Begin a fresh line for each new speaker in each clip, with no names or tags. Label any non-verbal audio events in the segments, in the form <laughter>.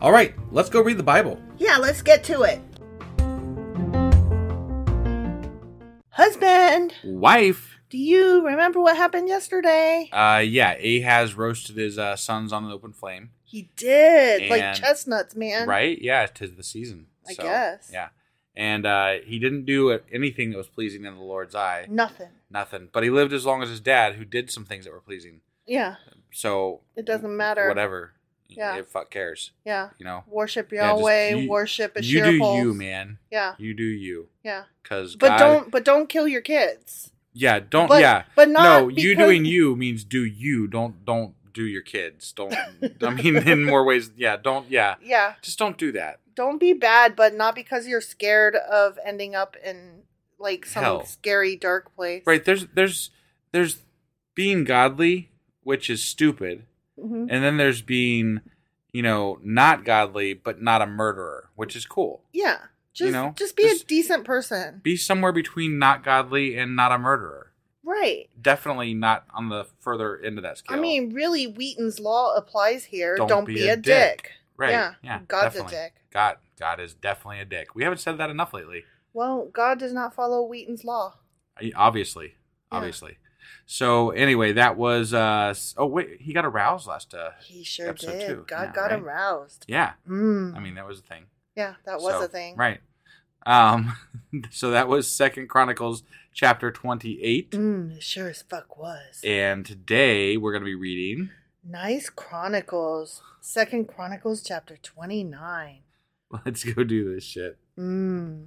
All right, let's go read the Bible.
Yeah, let's get to it. Husband,
Wife,
do you remember what happened yesterday?
uh yeah, Ahaz roasted his uh, sons on an open flame.
He did, like
And-
chestnuts, man.
Right? Yeah, 'tis the season.
I guess.
Yeah. And uh, he didn't do anything that was pleasing in the Lord's eye.
Nothing.
Nothing. But he lived as long as his dad, who did some things that were pleasing.
Yeah,
So
it doesn't matter.
Whatever.
Yeah.
If fuck cares.
Yeah.
You know?
Worship
Yeah, just-
Yahweh.
you-
worship a
You do you, man.
Yeah,
You do you.
yeah.
Because
But don't, but don't kill your kids.
Yeah, don't.
But-
yeah,
but not
No, you
because-
doing you means do you. Don't don't do your kids. Don't.
<laughs>
I mean, in more ways. Yeah, don't. Yeah,
Yeah.
just don't do that.
Don't be bad, but not because you're scared of ending up in like some
Hell.
scary dark place.
Right? There's there's there's being godly, which is stupid,
Mhm.
and then there's being you know not godly but not a murderer, which is cool.
Yeah.
You
Just
know,
just be
just-
a decent person.
Be somewhere between not godly and not a murderer.
right.
Definitely not on the further end of that scale.
I mean, really Wheaton's law applies here. Don't, be, a, dick.
dick. right? Yeah,
Yeah. God's
definitely.
a dick.
God, God is definitely a dick. We haven't said that enough lately.
Well, God does not follow Wheaton's law.
I- Obviously,
Yeah.
obviously. So anyway, that was. uh s- Oh wait, he got aroused last. Uh,
He sure
Episode
did.
two.
God
Yeah,
got him
right.
roused.
yeah,
Mm.
I mean that was a thing.
yeah, that was
So,
a thing.
right? Um, <laughs> so that was Second Chronicles chapter twenty-eight,
Mm, it sure as fuck was.
and today we're going to be reading <laughs>
Nice Chronicles. Second Chronicles chapter 29.
Let's go do this shit.
Mmm.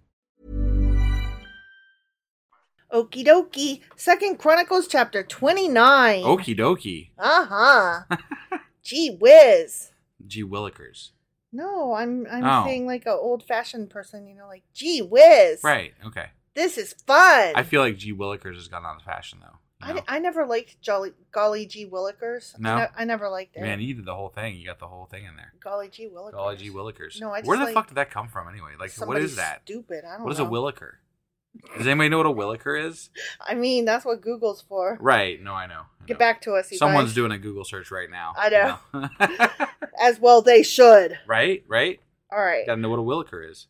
Okie dokie. Second Chronicles chapter 29.
Okie dokie.
<laughs>
Uh huh. Gee whiz.
Gee Willikers.
No, I'm I'm
Oh.
saying like an old fashioned person, you know, like gee whiz.
Right. Okay.
This is fun.
I feel like G. Willikers has gone out of fashion though.
I,
you know?
di- I never liked Jolly Golly G Willikers.
No?
I, ne- I never liked it.
Man, you did the whole thing. You got the whole thing in there.
Golly G Willikers.
Golly G. Willikers.
No, I just
Where the
like
fuck did that come from anyway? Like, what
somebody
is that?
Stupid. I don't.
What is
know.
a Williker? Does anybody know what a Williker
<laughs>
is?
I mean, that's what Google's for.
Right. No, I know. I
Get
know.
back to us. You
Someone's
guys.
doing a Google search right now.
I know.
you know? <laughs>
as well. They should.
right. Right.
All right.
Got to know what a Williker is.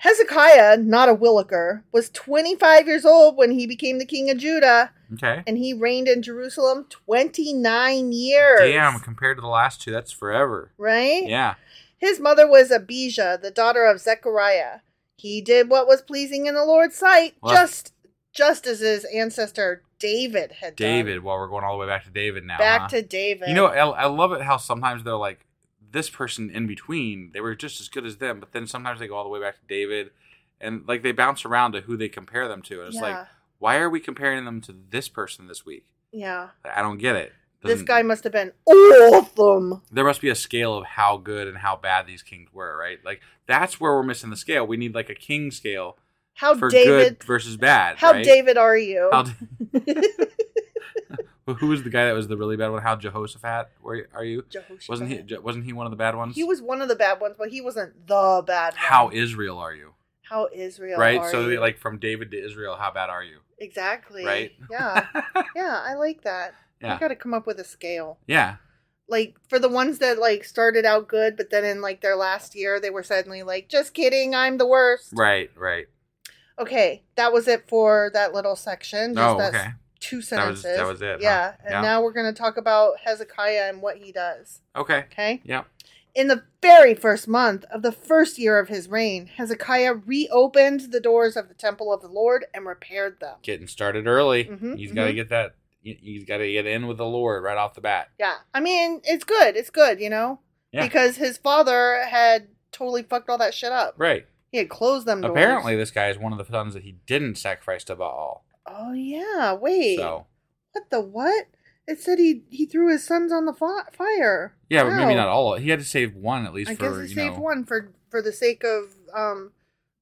Hezekiah, not a Williker, was 25 years old when he became the king of Judah,
Okay.
and he reigned in Jerusalem 29 years.
Damn. Compared to the last two, that's forever.
Right?
Yeah.
His mother was Abijah, the daughter of Zechariah. He did what was pleasing in the Lord's sight,
Well,
just just as his ancestor David had done.
David. Well, we're going all the way back to David now.
Back
huh?
to David.
You know, I, I love it how sometimes they're like this person in between. They were just as good as them, but then sometimes they go all the way back to David, and like they bounce around to who they compare them to, and it's
Yeah.
like, why are we comparing them to this person this week?
Yeah.
I don't get it.
This
Doesn't-
guy must have been awesome.
There must be a scale of how good and how bad these kings were, right? Like that's where we're missing the scale. We need like a king scale
How
for
David
good versus bad.
How
right?
David are you?
How
<laughs>
<laughs> who was the guy that was the really bad one? How Jehoshaphat? Were are you?
Jehoshaphat.
Wasn't he? Je- Wasn't he one of the bad ones?
He was one of the bad ones, but he wasn't the bad one.
how Israel are you?
How Israel
right?
are
So
you?
they, like from David to Israel, how bad are you?
Exactly.
Right?
Yeah. yeah, I like that.
<laughs> Yeah.
I got to come up with a scale.
<laughs> Yeah.
Like for the ones that like started out good but then in like their last year they were suddenly like just kidding, I'm the worst.
Right, right.
Okay, that was it for that little section. Just
Oh,
that's
okay. That
Two
was-
sentences.
that was it, huh?
Yeah. And
Yeah.
now we're going to talk about Hezekiah and what he does.
Okay.
Okay?
Yeah.
In the very first month of the first year of his reign, Hezekiah reopened the doors of the temple of the Lord and repaired them.
Getting started early.
Mhm,
he's got to
mhm.
get that. he- He's got to get in with the Lord right off the bat.
Yeah. I mean, it's good. It's good, you know?
Yeah.
Because his father had totally fucked all that shit up.
Right.
He had closed them doors.
Apparently, this guy is one of the sons that he didn't sacrifice to Baal.
Oh, yeah. Wait.
So,
What the what? It said he, he threw his sons on the fi- fire.
yeah, but maybe
Wow.
not all. He had to save one at least
I
for
guess he
you
saved
know.
one for, for the sake of um,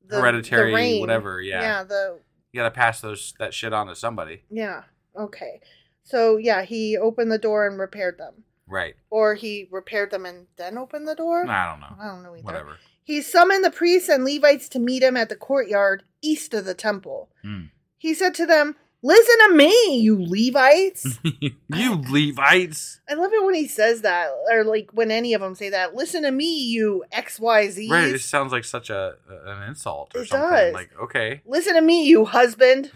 the,
Hereditary,
the reign.
whatever, yeah.
Yeah, the
You got to pass those that shit on to somebody.
Yeah. Okay. So yeah, he opened the door and repaired them,
Right.
or he repaired them and then opened the door.
I don't know.
I don't know either. <laughs>
Whatever. <laughs>
He summoned the priests and Levites to meet him at the courtyard east of the temple.
Hmm.
He said to them, "Listen to me, you Levites."
you Levites.
I love it when he says that, or like when any of them say that. Listen to me, you X Y Z.
Right. It sounds like such a an insult or
It
something.
does.
Like okay.
Listen to me,
<laughs>
you husband.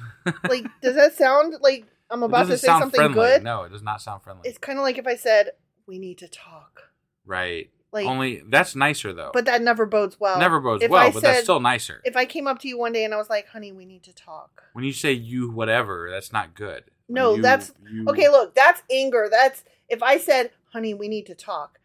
like, does that sound like I'm about to
doesn't
say
sound
something
friendly.
good?
No, it does not sound friendly.
It's kind of like if I said, "We need to talk."
right.
Like,
Only that's nicer though.
but that never bodes well.
Oh. never bodes
If
well,
I
but that's
said-
still nicer.
If I came up to you one day and I was like, "Honey, we need to talk."
when you say you whatever, that's not good. When
No,
you-
that's
you-
okay. Look, that's anger. That's if I said, "Honey, we need to talk."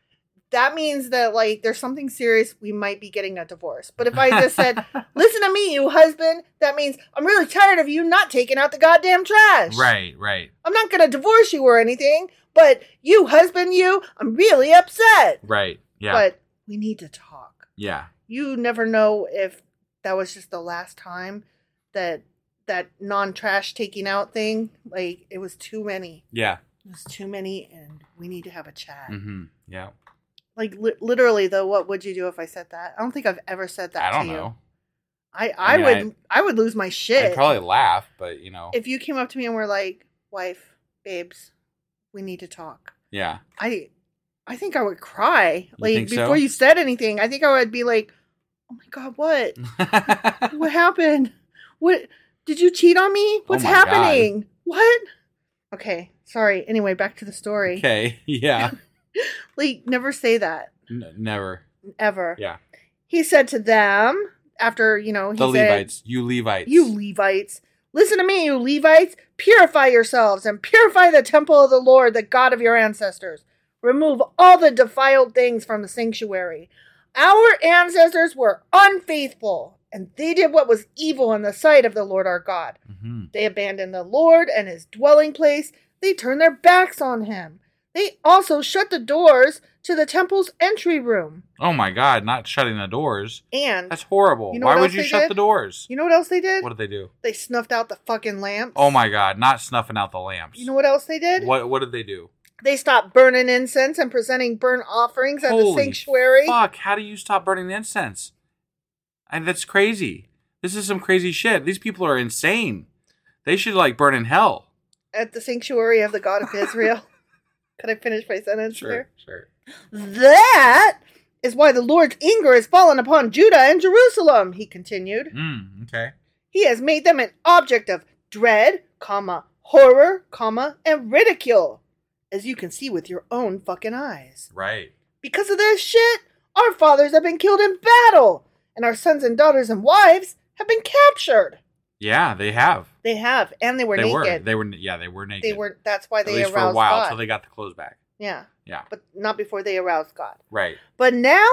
That means that like there's something serious. We might be getting a divorce. But if I
<laughs>
just said, "Listen to me, you husband," that means I'm really tired of you not taking out the goddamn trash.
Right, right,
I'm not gonna divorce you or anything. But you, husband, you, I'm really upset.
right. Yeah.
But we need to talk.
yeah.
You never know if that was just the last time that that non-trash taking out thing. Like it was too many.
Yeah.
There's too many, and we need to have a chat.
Mhm. Yeah.
Like li- literally, though, what would you do if I said that? I don't think I've ever said that.
I don't
to you.
know.
I
I
I,
mean,
would I, would lose my shit.
I'd probably laugh, but you know.
if you came up to me and were like, "Wife, babes, we need to talk,"
yeah.
I I think I would cry. Like
think so?
before you said anything, I think I would be like, "Oh my god,
<laughs>
what? what happened? What did you cheat on me? What's
Oh my God.
happening? What?" Okay, sorry. Anyway, back to the story.
okay. Yeah.
<laughs> Like, never say that.
N- never.
ever.
Yeah.
He said to them, after, you know, he
The
said,
Levites. You Levites.
You Levites, listen to me, you Levites. Purify yourselves and purify the temple of the Lord, the God of your ancestors. Remove all the defiled things from the sanctuary. Our ancestors were unfaithful, and they did what was evil in the sight of the Lord our God.
Mhm.
They abandoned the Lord and his dwelling place. They turned their backs on him. They also shut the doors to the temple's entry room.
Oh my God! Not shutting the doors.
And
That's horrible.
You know
Why
what
would
else
you
they
shut
did?
the doors?
You know what else they did?
What did they do?
they snuffed out the fucking lamps.
Oh my God! Not snuffing out the lamps.
You know what else they did?
What What did they do?
They stopped burning incense and presenting burnt offerings at the sanctuary.
Fuck, how do you stop burning the incense? And that's crazy. This is some crazy shit. These people are insane. They should like burn in hell.
At the sanctuary of the God
<laughs>
of Israel. Could I finish my sentence there?
sure.
That is why the Lord's anger has fallen upon Judah and Jerusalem, he continued.
Mm, okay.
He has made them an object of dread, comma, horror, comma, and ridicule, as you can see with your own fucking eyes.
Right.
Because of this shit, our fathers have been killed in battle, and our sons and daughters and wives have been captured.
Yeah, they have.
They have, and they were
they were.
naked.
They were. Yeah, they were naked.
They were. That's why
At
they
least
aroused
for a while
God.
till they got the clothes back.
yeah,
Yeah.
but not before they aroused God.
Right.
But now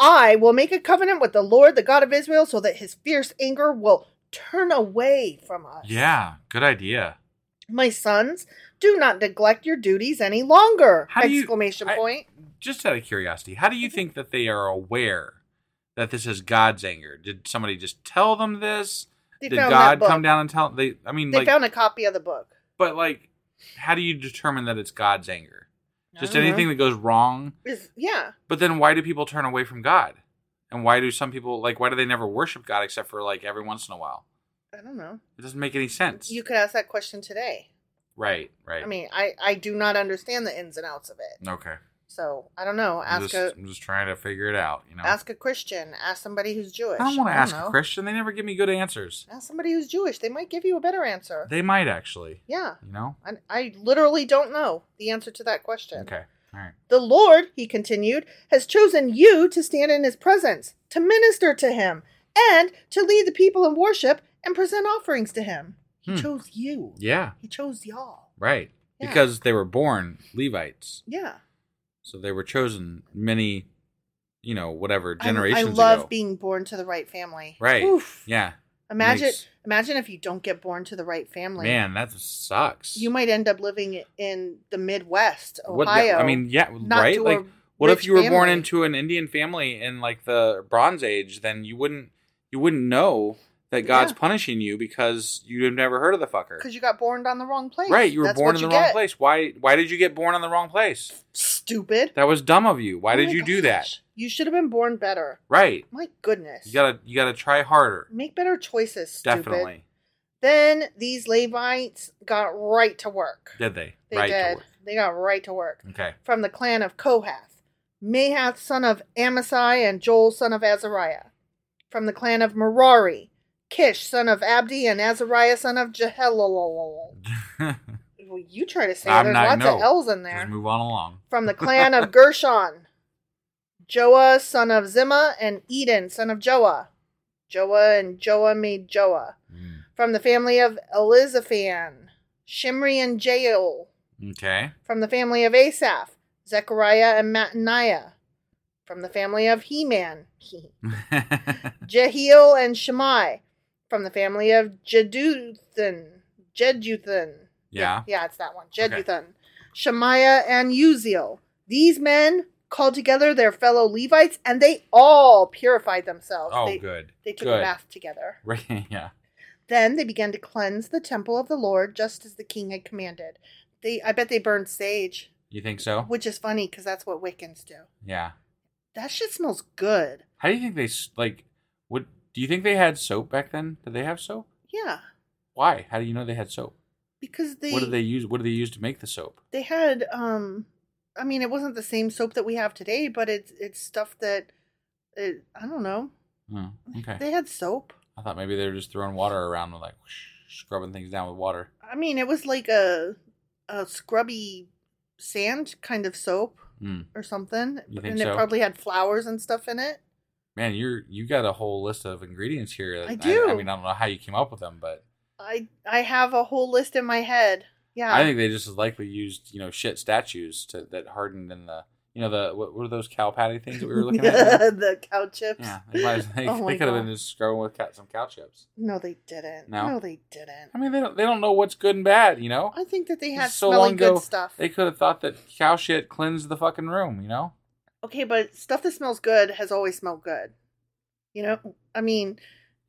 I will make a covenant with the Lord, the God of Israel, so that His fierce anger will turn away from us.
Yeah. Good idea.
My sons, do not neglect your duties any longer!
How do you-
exclamation
I-
point.
Just out of curiosity, how do you
Mm-hmm.
think that they are aware that this is God's anger? Did somebody just tell them this?
They
Did
found
God
that book.
come down and tell? They. I mean,
They
like,
found a copy of the book.
But like, how do you determine that it's God's anger?
I
Just
don't know.
anything that goes wrong.
Is yeah.
But then why do people turn away from God? And why do some people like why do they never worship God except for like every once in a while?
I don't know.
It doesn't make any sense.
You could ask that question today.
right, right.
I mean, I I do not understand the ins and outs of it,
okay.
so I don't know.
I'm
Ask
just,
a
I'm just trying to figure it out, you know.
ask a Christian. Ask somebody who's Jewish.
I don't want to ask
know.
a Christian. They never give me good answers.
Ask somebody who's Jewish. They might give you a better answer.
They might actually,
yeah,
you know.
I, I literally don't know the answer to that question.
Okay. All right.
The Lord, he continued, has chosen you to stand in his presence, to minister to him, and to lead the people in worship and present offerings to him. He
Hmm.
chose you.
Yeah.
He chose y'all.
Right.
Yeah.
Because they were born Levites.
Yeah.
So they were chosen many you know, whatever
I-
generations
I, love
ago.
being born to the right family.
Right.
Oof.
Yeah.
Imagine
Makes-
imagine if you don't get born to the right family.
Man, that sucks.
You might end up living in the Midwest, Ohio.
What the- I mean, yeah,
not
right?
to
Like,
a
what if
rich
you were born
family.
into an Indian family in like the Bronze Age? Then you wouldn't you wouldn't know that God's
Yeah.
punishing you because you'd have never heard of the fucker.
because you got born on the wrong place.
Right, you were
That's
born
what
in the
you
wrong
get.
place. Why why did you get born in the wrong place?
Stupid.
That was dumb of you. Why
Oh
did
my
you do that?
gosh. You should have been born better.
Right.
My goodness.
You got to you got to try harder.
make better choices. Stupid.
Definitely.
Then these Levites got right to work.
Did they?
They
right. to
did.
work.
They got right to work.
Okay. <laughs>
From the clan of Kohath, Mahath son of Amasai and Joel son of Azariah. From the clan of Merari, Kish son of Abdi and Azariah son of Jehalelel. Well, you try to say it.
I'm
there's
not
lots
no.
of L's in
Just <laughs>
there.
move on along.
From the clan of Gershon, Joah, son of Zimah, and Eden, son of Joah. Joah and Joah made Joah.
Hmm.
From the family of Elizaphan, Shimri and Jael.
Okay. <laughs>
From the family of Asaph, Zechariah and Mattaniah. From the family of He-Man,
<laughs>
Jehiel and Shemai. From the family of Jeduthun, Jeduthun.
Yeah.
Yeah, it's that one. Jeduthun. Shemaiah and Uziel. These men called together their fellow Levites and they all purified themselves.
Oh,
they,
good.
They took
Good.
a bath together.
<laughs> Right. Yeah.
Then they began to cleanse the temple of the Lord just as the king had commanded. They I bet they burned sage,
You think so?
which is funny because that's what Wiccans do.
yeah.
That shit smells good.
How do you think they s- like? What do you think they had soap back then? Did they have soap?
Yeah.
Why? How do you know they had soap?
Because they
what did they use? What did they use to make the soap?
they had um i mean it wasn't the same soap that we have today but it's it's stuff that it, i don't know
Hmm, okay.
they had soap
I thought maybe they were just throwing water around and like whoosh, scrubbing things down with water.
i mean it was like a a scrubby sand kind of soap
Hmm.
or something
You think
and it
so?
probably had flowers and stuff in it
Man, you're you got a whole list of ingredients here.
I do.
I, mean, I don't know how you came up with them, but
i i have a whole list in my head yeah
I think they just as likely used you know shit statues to that hardened in the you know the what were those cow patty things that we were looking
<laughs>
at?
the cow chips
Yeah, they, might as- <laughs> they,
<laughs> Oh my
they could have been
God.
just scrubbing with cat, some cow chips.
no they didn't
No?
no they didn't
I mean, they don't they don't know what's good and bad, you know.
i think that they
This
had
is so
smelly
long ago,
good stuff
They could have thought that cow shit cleansed the fucking room, you know?
Okay, but stuff that smells good has always smelled good. You know, I mean,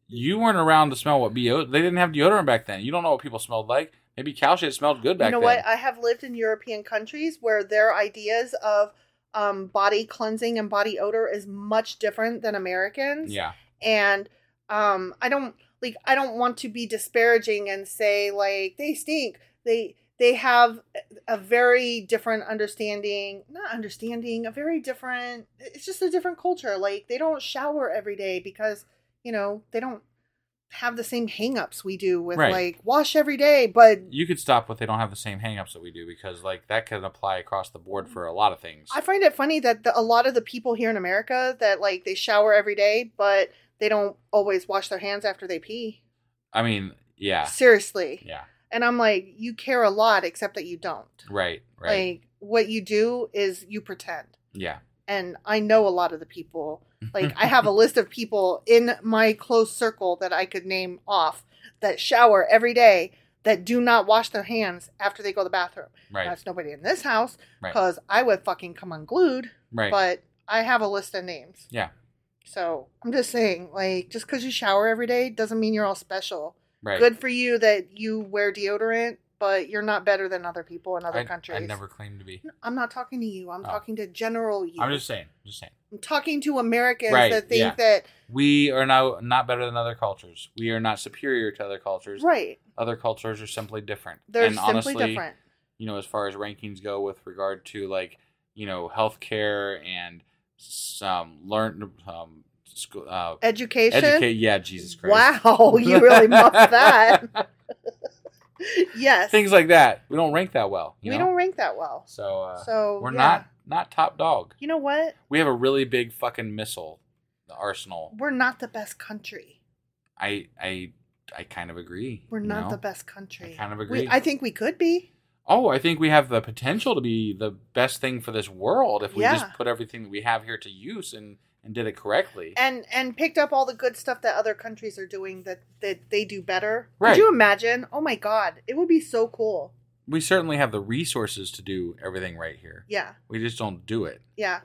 You weren't around to smell what deodorant. They didn't have deodorant back then. You don't know what people smelled like. Maybe cow shit smelled good back
you know
then.
what? I have lived in European countries where their ideas of um, body cleansing and body odor is much different than Americans.
yeah.
And um, I don't like. I don't want to be disparaging and say like they stink. They they have a very different understanding not understanding a very different it's just a different culture like they don't shower every day because you know they don't have the same hangups we do with
Right.
like wash every day but
You could stop, but they don't have the same hangups that we do because, like, that can apply across the board for a lot of things.
I find it funny that the, a lot of the people here in America that like they shower every day, but they don't always wash their hands after they pee.
I mean, yeah.
Seriously.
Yeah.
And I'm like, you care a lot, except that you don't.
Right. Right.
Like, what you do is you pretend.
yeah.
And I know a lot of the
<laughs>
people. Like, I have a list of people in my close circle that I could name off that shower every day that do not wash their hands after they go to the bathroom.
Right.
That's nobody in this house
Right.
because I would fucking come unglued
Right.
but I have a list of names.
yeah.
So I'm just saying, like, just because you shower every day doesn't mean you're all special.
Right.
Good for you that you wear deodorant, but you're not better than other people in other
I,
countries.
I never claimed to be.
I'm not talking to you. I'm
Oh.
talking to general you.
I'm just saying. Just saying.
I'm talking to Americans
Right,
that think
yeah.
that
We are now not better than other cultures. We are not superior to other cultures.
right,
Other cultures are simply different.
they're
and
simply
honestly,
different.
you know, as far as rankings go with regard to like, you know, healthcare and some learn um school uh,
Education.
educate yeah, Jesus Christ.
Wow, you really muffed that. <laughs>
<laughs>
yes,
Things like that. We don't rank that well, you
we
know?
don't rank that well.
so uh,
So,
we're
yeah.
not not top dog.
You know what?
We have a really big fucking missile the arsenal.
We're not the best country.
I I I kind of agree.
We're
you
not
know?
the best country.
I kind of
We-
agree.
I think we could be.
Oh, I think we have the potential to be the best thing for this world if we
Yeah.
just put everything that we have here to use and and did it correctly.
And and picked up all the good stuff that other countries are doing that that they do better.
Right.
Could you imagine? Oh my god, it would be so cool.
we certainly have the resources to do everything right here.
Yeah.
We just don't do it.
Yeah.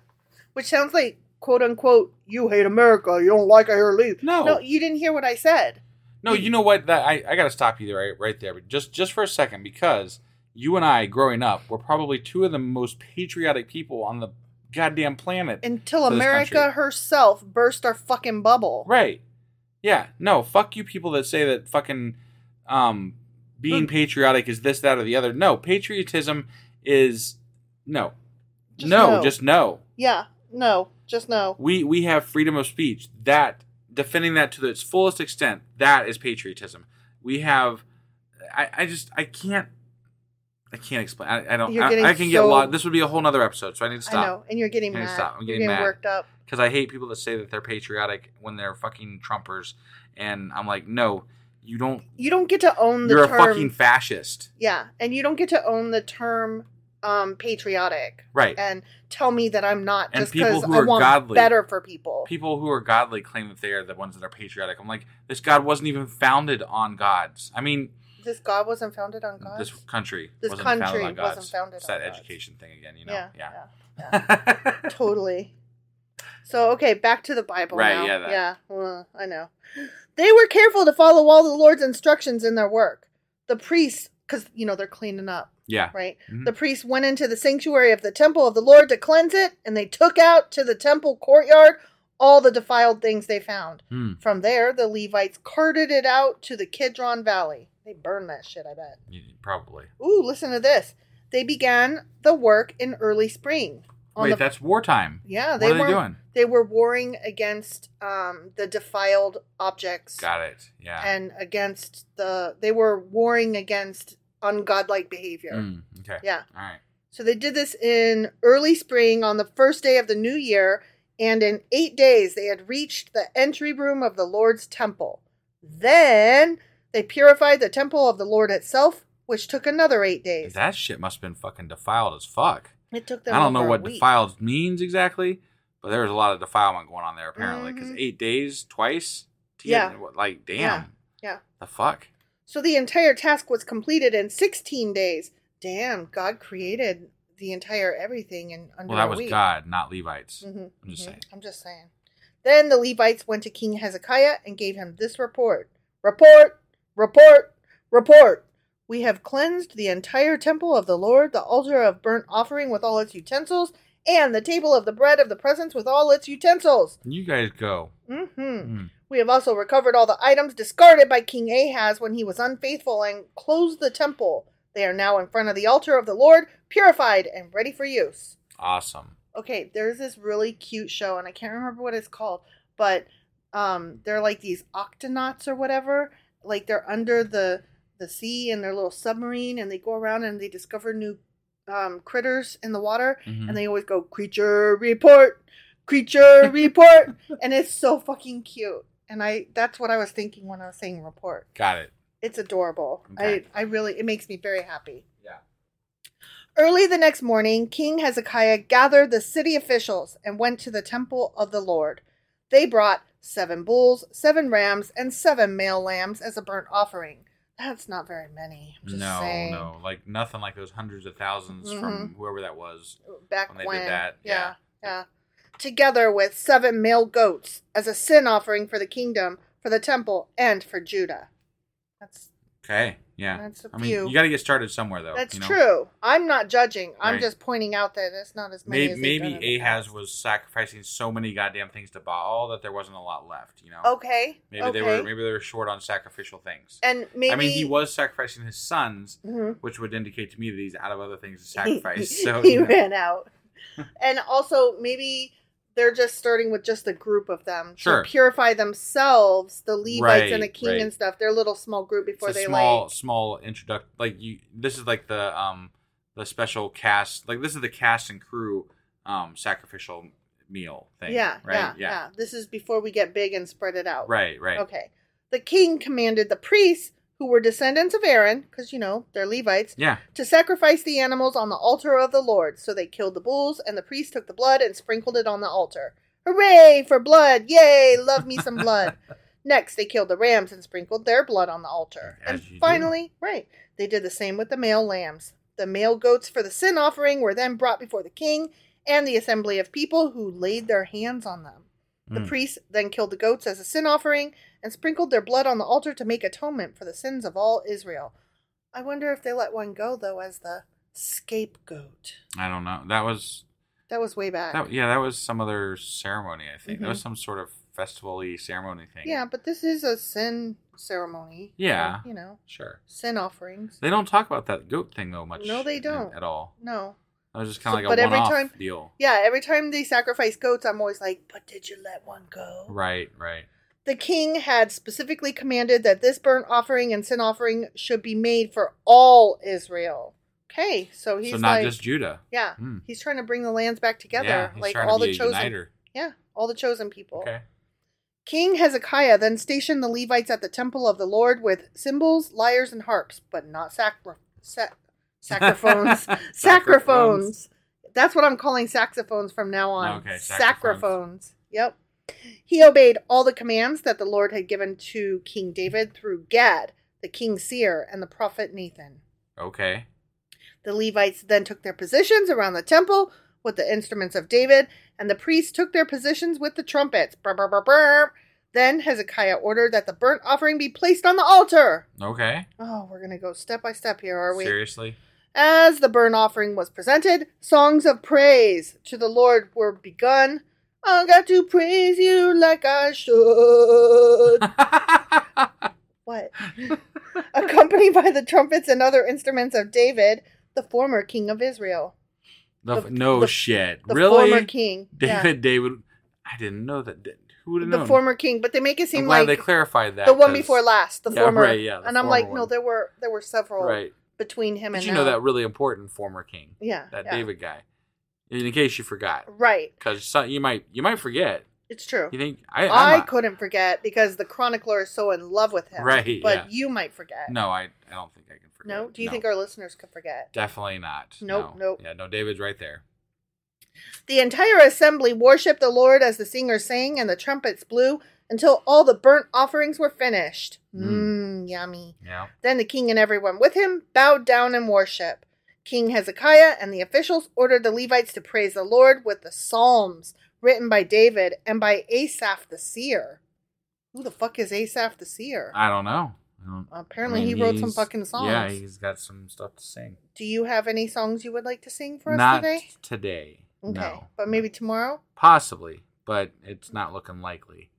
Which sounds like quote unquote you hate America, you don't like I hear leave.
No.
No, you didn't hear what I said.
No, you know what? That I, I got to stop you there, right, right there, but just just for a second because you and I, growing up, were probably two of the most patriotic people on the goddamn planet.
Until
for this
America
country.
herself burst our fucking bubble.
right? Yeah. No, fuck you, people that say that fucking um,
Hmm.
being patriotic is this, that, or the other. No, patriotism is no,
Just
no,
no.
just no.
Yeah. No. Just no.
we we have freedom of speech that defending that to its fullest extent that is patriotism we have i i just i can't I can't explain. I, I don't.
You're
I,
getting
I can get
so-
lost. This would be a whole nother episode, so I need to
I know,
stop
and you're getting
I need to
mad.
stop. I'm
you're
getting
getting
mad.
worked up.
because I hate people that say that they're patriotic when they're fucking Trumpers, and I'm like, no, you don't.
You don't get to own the
You're
term.
a fucking fascist,
yeah, and you don't get to own the term um, patriotic
right?
and tell me that I'm not
And
just
people
because
who
I
are
want
godly-
better for people.
people who are godly claim that they are the ones that are patriotic. I'm like, this God wasn't even founded on gods. I mean,
This God wasn't founded on God.
this country
This
wasn't
country
founded on gods.
wasn't founded
it's
on
that
gods.
education thing again, you know?
yeah,
Yeah.
yeah, yeah.
<laughs>
totally. So okay, back to the Bible.
Right,
now.
yeah, that.
yeah. uh, I know. They were careful to follow all the Lord's instructions in their work. The priests, because you know they're cleaning up,
yeah.
right?
Mhm.
The priests went into the sanctuary of the temple of the Lord to cleanse it, and they took out to the temple courtyard all the defiled things they found.
Hmm.
From there, the Levites carted it out to the Kidron Valley. They burned that shit, I bet.
Yeah, Probably.
Ooh, listen to this. They began the work in early spring. on
Wait,
the-
that's wartime.
yeah,
What
they
are they
were
doing?
They were warring against um, the defiled objects
Got it. Yeah.
and against the. They were warring against ungodlike behavior.
Mm, okay.
Yeah.
All right.
So they did this in early spring on the first day of the new year, and in eight days they had reached the entry room of the Lord's temple. Then they purified the temple of the Lord itself, which took another eight days.
That shit must have been fucking defiled as fuck.
it took them.
I don't know
over a
what
week.
defiled means exactly, but there was a lot of defilement going on there apparently. Because
Mhm.
eight days twice, to
Yeah.
get- what- like damn,
Yeah. Yeah.
the fuck.
So the entire task was completed in 16 days. Damn, God created the entire everything in under
Well, that
a
was
week.
God, not Levites.
Mhm,
I'm just
mhm.
saying.
I'm just saying. Then the Levites went to King Hezekiah and gave him this report. Report, report, report. We have cleansed the entire temple of the Lord, the altar of burnt offering with all its utensils, and the table of the bread of the presence with all its utensils.
You guys go.
Mm-hmm.
Mm.
We have also recovered all the items discarded by King Ahaz when he was unfaithful and closed the temple. They are now in front of the altar of the Lord, purified and ready for use.
Awesome.
Okay, there's this really cute show, and I can't remember what it's called, but um, they're like these octonauts or whatever. Like they're under the the sea in their little submarine, and they go around and they discover new um, critters in the water, and they always go creature report, creature report, and it's so fucking cute. And I that's what I was thinking when I was saying report.
Got it.
It's adorable.
Okay.
I I really it makes me very happy.
Yeah.
Early the next morning, King Hezekiah gathered the city officials and went to the temple of the Lord. They brought seven bulls, seven rams, and seven male lambs as a burnt offering. That's not very many. I'm just
no,
saying.
no, like nothing like those hundreds of 1000s
Mm-hmm.
from whoever that was.
Back
When
when,
they did that,
yeah,
yeah.
yeah, Together with seven male goats as a sin offering for the kingdom, for the temple, and for Judah. That's
Okay. Yeah.
That's a
I mean,
few.
you got to get started somewhere though.
That's
you know?
true. I'm not judging. I'm
Right.
just pointing out that it's not as many.
Maybe,
as they've done in
maybe
the
Ahaz
past.
was sacrificing so many goddamn things to Baal that there wasn't a lot left. You know.
Okay.
Maybe
Oh, okay.
they were maybe they were short on sacrificial things.
And maybe
I mean,
<laughs>
he was sacrificing his sons,
Mhm.
which would indicate to me that he's out of other things to sacrifice. So
<laughs> he
you know.
ran out. and also, maybe they're just starting with just a group of them
Sure.
to purify themselves, the Levites and the
Right,
king
right.
and stuff. Their little small group
it's
before
a
they
small
like.
small introduct like you. This is like the um the special cast like this is the cast and crew um sacrificial meal thing.
yeah,
right,
yeah, yeah, This is before we get big and spread it out.
right, right.
Okay. The king commanded the priests, who were descendants of Aaron, because you know they're Levites,
Yeah,
to sacrifice the animals on the altar of the Lord. So they killed the bulls, and the priest took the blood and sprinkled it on the altar. Hooray for blood! Yay! Love me
<laughs>
some blood. Next, they killed the rams and sprinkled their blood on the altar.
As you do.
and finally, right, they did the same with the male lambs. The male goats for the sin offering were then brought before the king and the assembly of people who laid their hands on them. The
Hmm.
priests then killed the goats as a sin offering and sprinkled their blood on the altar to make atonement for the sins of all Israel. I wonder if they let one go though as the scapegoat.
I don't know. That was
That was way back.
that, yeah, that was some other ceremony. I think that
Mhm.
was some sort of festival-y ceremony thing.
yeah, but this is a sin ceremony.
Yeah.
So, you know,
sure.
sin offerings.
They don't talk about that goat thing though much.
No, they
at-
don't.
at all.
No.
That was just kind of
So-
like
but
a
every
one-off
time-
deal.
Yeah, every time they sacrifice goats, I'm always like, but did you let one go?
Right, right.
The king had specifically commanded that this burnt offering and sin offering should be made for all Israel. Okay, so he's
so not
like,
just Judah.
yeah,
Hmm.
he's trying to bring the lands back together,
Yeah, he's
like
trying
all
to be
the
a
chosen,
uniter.
yeah, all the chosen people.
Okay.
King Hezekiah then stationed the Levites at the temple of the Lord with cymbals, lyres, and harps, but not sacra- sac- saxophones. saxophones.
Saxophones.
That's what I'm calling saxophones from now on.
Okay,
saxophones.
saxophones.
Yep. He obeyed all the commands that the Lord had given to King David through Gad, the king seer, and the prophet Nathan.
Okay.
The Levites then took their positions around the temple with the instruments of David, and the priests took their positions with the trumpets. Brr, brr, brr, brr. Then Hezekiah ordered that the burnt offering be placed on the altar.
Okay.
Oh, we're going to go step by step here, are we?
Seriously. <laughs>
As the burnt offering was presented, songs of praise to the Lord were begun. I got to praise you like
<laughs>
I should. What? Accompanied by the trumpets and other instruments of David, the former king of Israel.
The,
The-
no
the-
shit.
the
really? <laughs>
former king, yeah.
David. David. I didn't know that. Did- Who would have
the
known?
former king, but they make it
I'm
seem
glad
like
they clarified that.
the one
'cause-
before last, the
Yeah,
former.
right, yeah, the
and I'm
former
like, no,
one.
there were there were several
Right.
between him
But
and
you know
now.
that really important former king.
Yeah,
That
yeah.
David guy. In case you forgot,
Right,
because you might you might forget.
it's true.
You think I?
I
I'm not-
couldn't forget because the chronicler is so in love with him.
Right,
but
yeah.
you might forget.
No, I. I don't think I can forget.
no. Do you think our listeners could forget?
Definitely not.
Nope,
No.
nope.
Yeah, no, David's right there.
The entire assembly worshiped the Lord as the singers sang and the trumpets blew until all the burnt offerings were finished.
Mm.
Mmm, yummy.
Yeah.
Then the king and everyone with him bowed down in worship. King Hezekiah and the officials ordered the Levites to praise the Lord with the psalms written by David and by Asaph the seer. Who the fuck is Asaph the seer?
I don't know. I don't-
Apparently he wrote some
he's-
fucking songs.
Yeah, he's got some stuff to sing.
Do you have any songs you would like to sing for us
not
today?
today.
Okay,
No.
but maybe tomorrow.
Possibly, but it's not looking likely.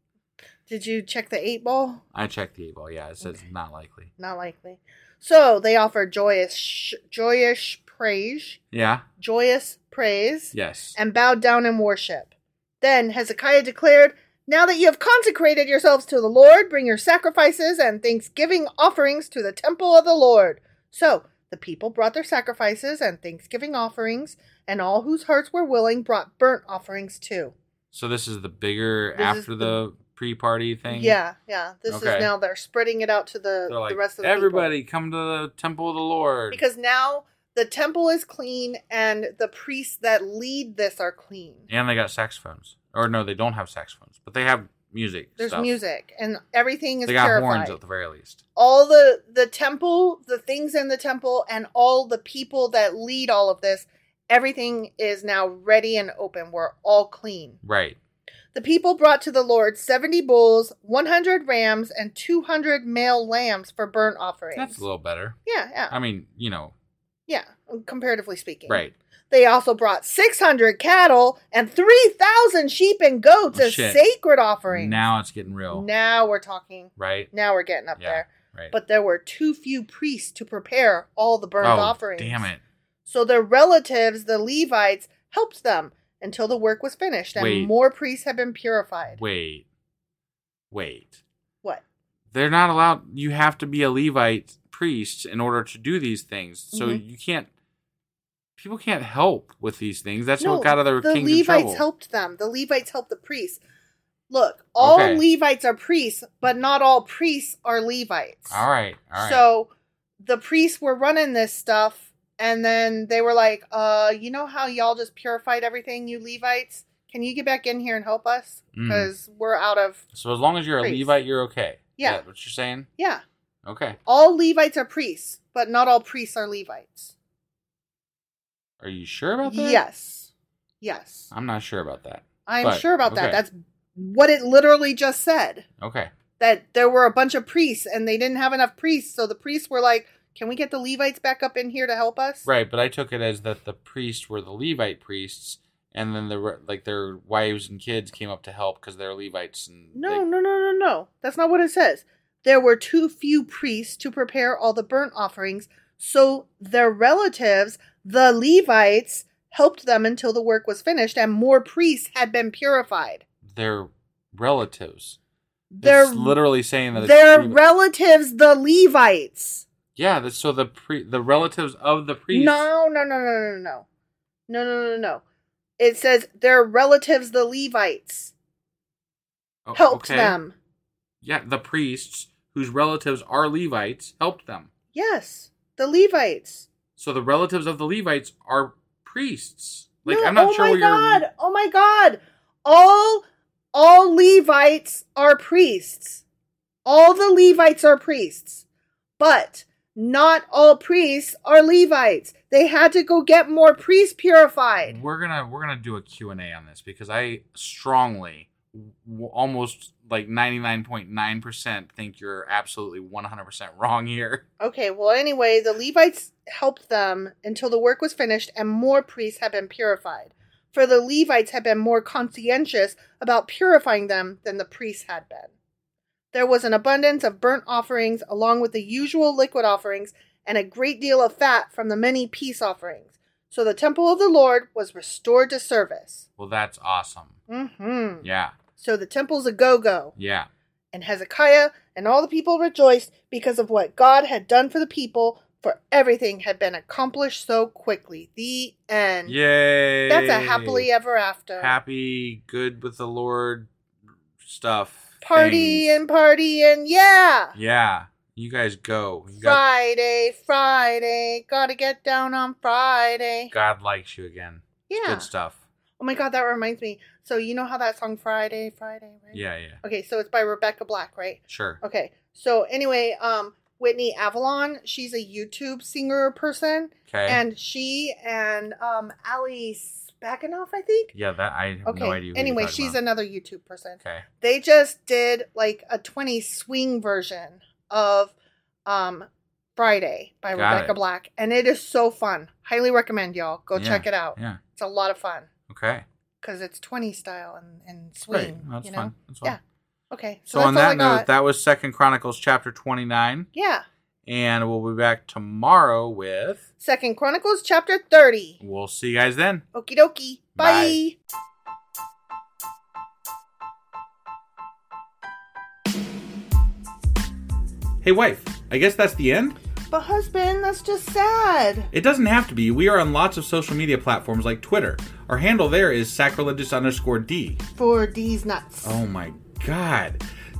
Did you check the eight ball?
I checked the email. Yeah, it says not likely.
Not likely. So they offer joyous, sh- joyous praise,
Yeah.
joyous praise,
Yes.
and bowed down in worship. Then Hezekiah declared, "Now that you have consecrated yourselves to the Lord, bring your sacrifices and thanksgiving offerings to the temple of the Lord." So the people brought their sacrifices and thanksgiving offerings, and all whose hearts were willing brought burnt offerings too.
so this is the bigger
This is
after the, pre-party thing.
Yeah, yeah. This
Okay.
is now they're spreading it out to the,
They're like,
the rest of the people."
everybody come to the temple of the Lord.
because now the temple is clean and the priests that lead this are clean.
and they got saxophones. Or no, they don't have saxophones, but they have music.
There's
stuff.
music and everything is
They got
purified.
horns at the very least.
all the the temple, the things in the temple and all the people that lead all of this, everything is now ready and open. We're all clean.
Right.
The people brought to the Lord 70 bulls, 100 rams and 200 male lambs for burnt offerings.
That's a little better.
Yeah, yeah.
I mean, you know,
yeah, comparatively speaking.
right.
They also brought 600 cattle and 3,000 sheep and goats
Oh,
as
shit.
sacred offerings.
Now it's getting real.
Now we're talking.
right?
Now we're getting up
Yeah,
there.
right.
But there were too few priests to prepare all the burnt
oh,
offerings.
Damn it.
So their relatives, the Levites, helped them until the work was finished and
Wait.
more priests had been purified.
Wait. Wait.
What?
They're not allowed you have to be a Levite priest in order to do these things. So
Mhm.
you can't people can't help with these things. That's
No,
what got other
the
kings in
Levites
trouble.
helped them. The Levites helped the priests. Look, all
Okay.
Levites are priests, but not all priests are Levites.
All right. All right.
So the priests were running this stuff, and then they were like, uh, you know how y'all just purified everything, you Levites? Can you get back in here and help us?
Mm.
Because we're out of.
So as long as you're a
Priest.
Levite, you're okay.
Yeah.
Is that what you're saying?
Yeah.
Okay.
All Levites are priests, but not all priests are Levites.
Are you sure about that?
Yes. Yes.
I'm not sure about that.
I'm
But,
sure about that.
okay.
That's what it literally just said.
Okay.
That there were a bunch of priests and they didn't have enough priests. So the priests were like, can we get the Levites back up in here to help us?
Right, but I took it as that the priests were the Levite priests, and then the re- like their wives and kids came up to help because they're Levites. And
No,
they-
no, no, no, no. That's not what it says. There were too few priests to prepare all the burnt offerings, so their relatives, the Levites, helped them until the work was finished and more priests had been purified.
they're relatives.
Their
it's literally saying that it's
their
Levi-
relatives, the Levites.
Yeah, the, so the pre the relatives of the priest.
No, no, no, no, no, no, no, no, no, no. It says their relatives, the Levites,
Oh,
helped
okay.
them.
Yeah, the priests whose relatives are Levites helped them.
Yes, the Levites.
So the relatives of the Levites are priests. Like
No,
I'm not
oh
sure
my
what
god!
you're.
Oh my god! All all Levites are priests. All the Levites are priests, but not all priests are Levites. They had to go get more priests purified.
We're gonna we're gonna do a Q and A on this because I strongly, w- almost like 99.9 percent think you're absolutely 100 percent wrong here.
Okay, well, anyway, the Levites helped them until the work was finished and more priests had been purified. For the Levites had been more conscientious about purifying them than the priests had been. There was an abundance of burnt offerings, along with the usual liquid offerings, and a great deal of fat from the many peace offerings. So the temple of the Lord was restored to service.
Well, that's awesome.
hmm
Yeah,
So the temple's a go go.
yeah.
And Hezekiah and all the people rejoiced because of what God had done for the people, for everything had been accomplished so quickly. The end.
Yay!
That's a happily ever after.
happy, good with the Lord stuff.
party
things.
and party and yeah.
yeah. You guys go. You guys,
Friday, Friday, gotta get down on Friday.
God likes you again. It's
Yeah.
Good stuff.
Oh my God, that reminds me. So you know how that song Friday, Friday, right?
Yeah, yeah.
Okay, so it's by Rebecca Black, right?
Sure.
Okay. So anyway, um, Whitney Avalon, she's a YouTube singer person.
Okay.
And she and um Ali Spakanoff, I think.
yeah, that I have
Okay.
no idea. Who
anyway,
you're
she's
an.
another YouTube person.
Okay.
They just did like a 20 swing version of um Friday by
Got
Rebecca
it.
Black. And it is so fun. Highly recommend y'all. Go
Yeah,
check it out.
Yeah.
It's a lot of fun.
Okay.
Because it's 20 style and, and
Great.
swing.
That's
you know?
fun. That's fun.
Yeah. Okay.
So,
So, that's
on
all I
that
got.
note, that was Second Chronicles chapter twenty nine,
yeah.
and we'll be back tomorrow with.
Second Chronicles chapter 30.
We'll see you guys then.
Okie dokie. Bye.
Bye. Hey, wife. I guess that's the end.
But husband, that's just sad.
It doesn't have to be. We are on lots of social media platforms like Twitter. Our handle there is sacrilegious underscore D.
For these nuts.
Oh my god.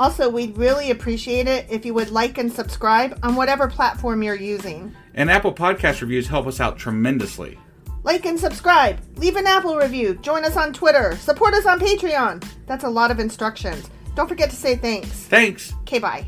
Also, we'd really appreciate it if you would like and subscribe on whatever platform you're using.
And Apple Podcast reviews help us out tremendously.
Like and subscribe, leave an Apple review, join us on Twitter, support us on Patreon. That's a lot of instructions. Don't forget to say thanks.
Thanks!
Okay, bye.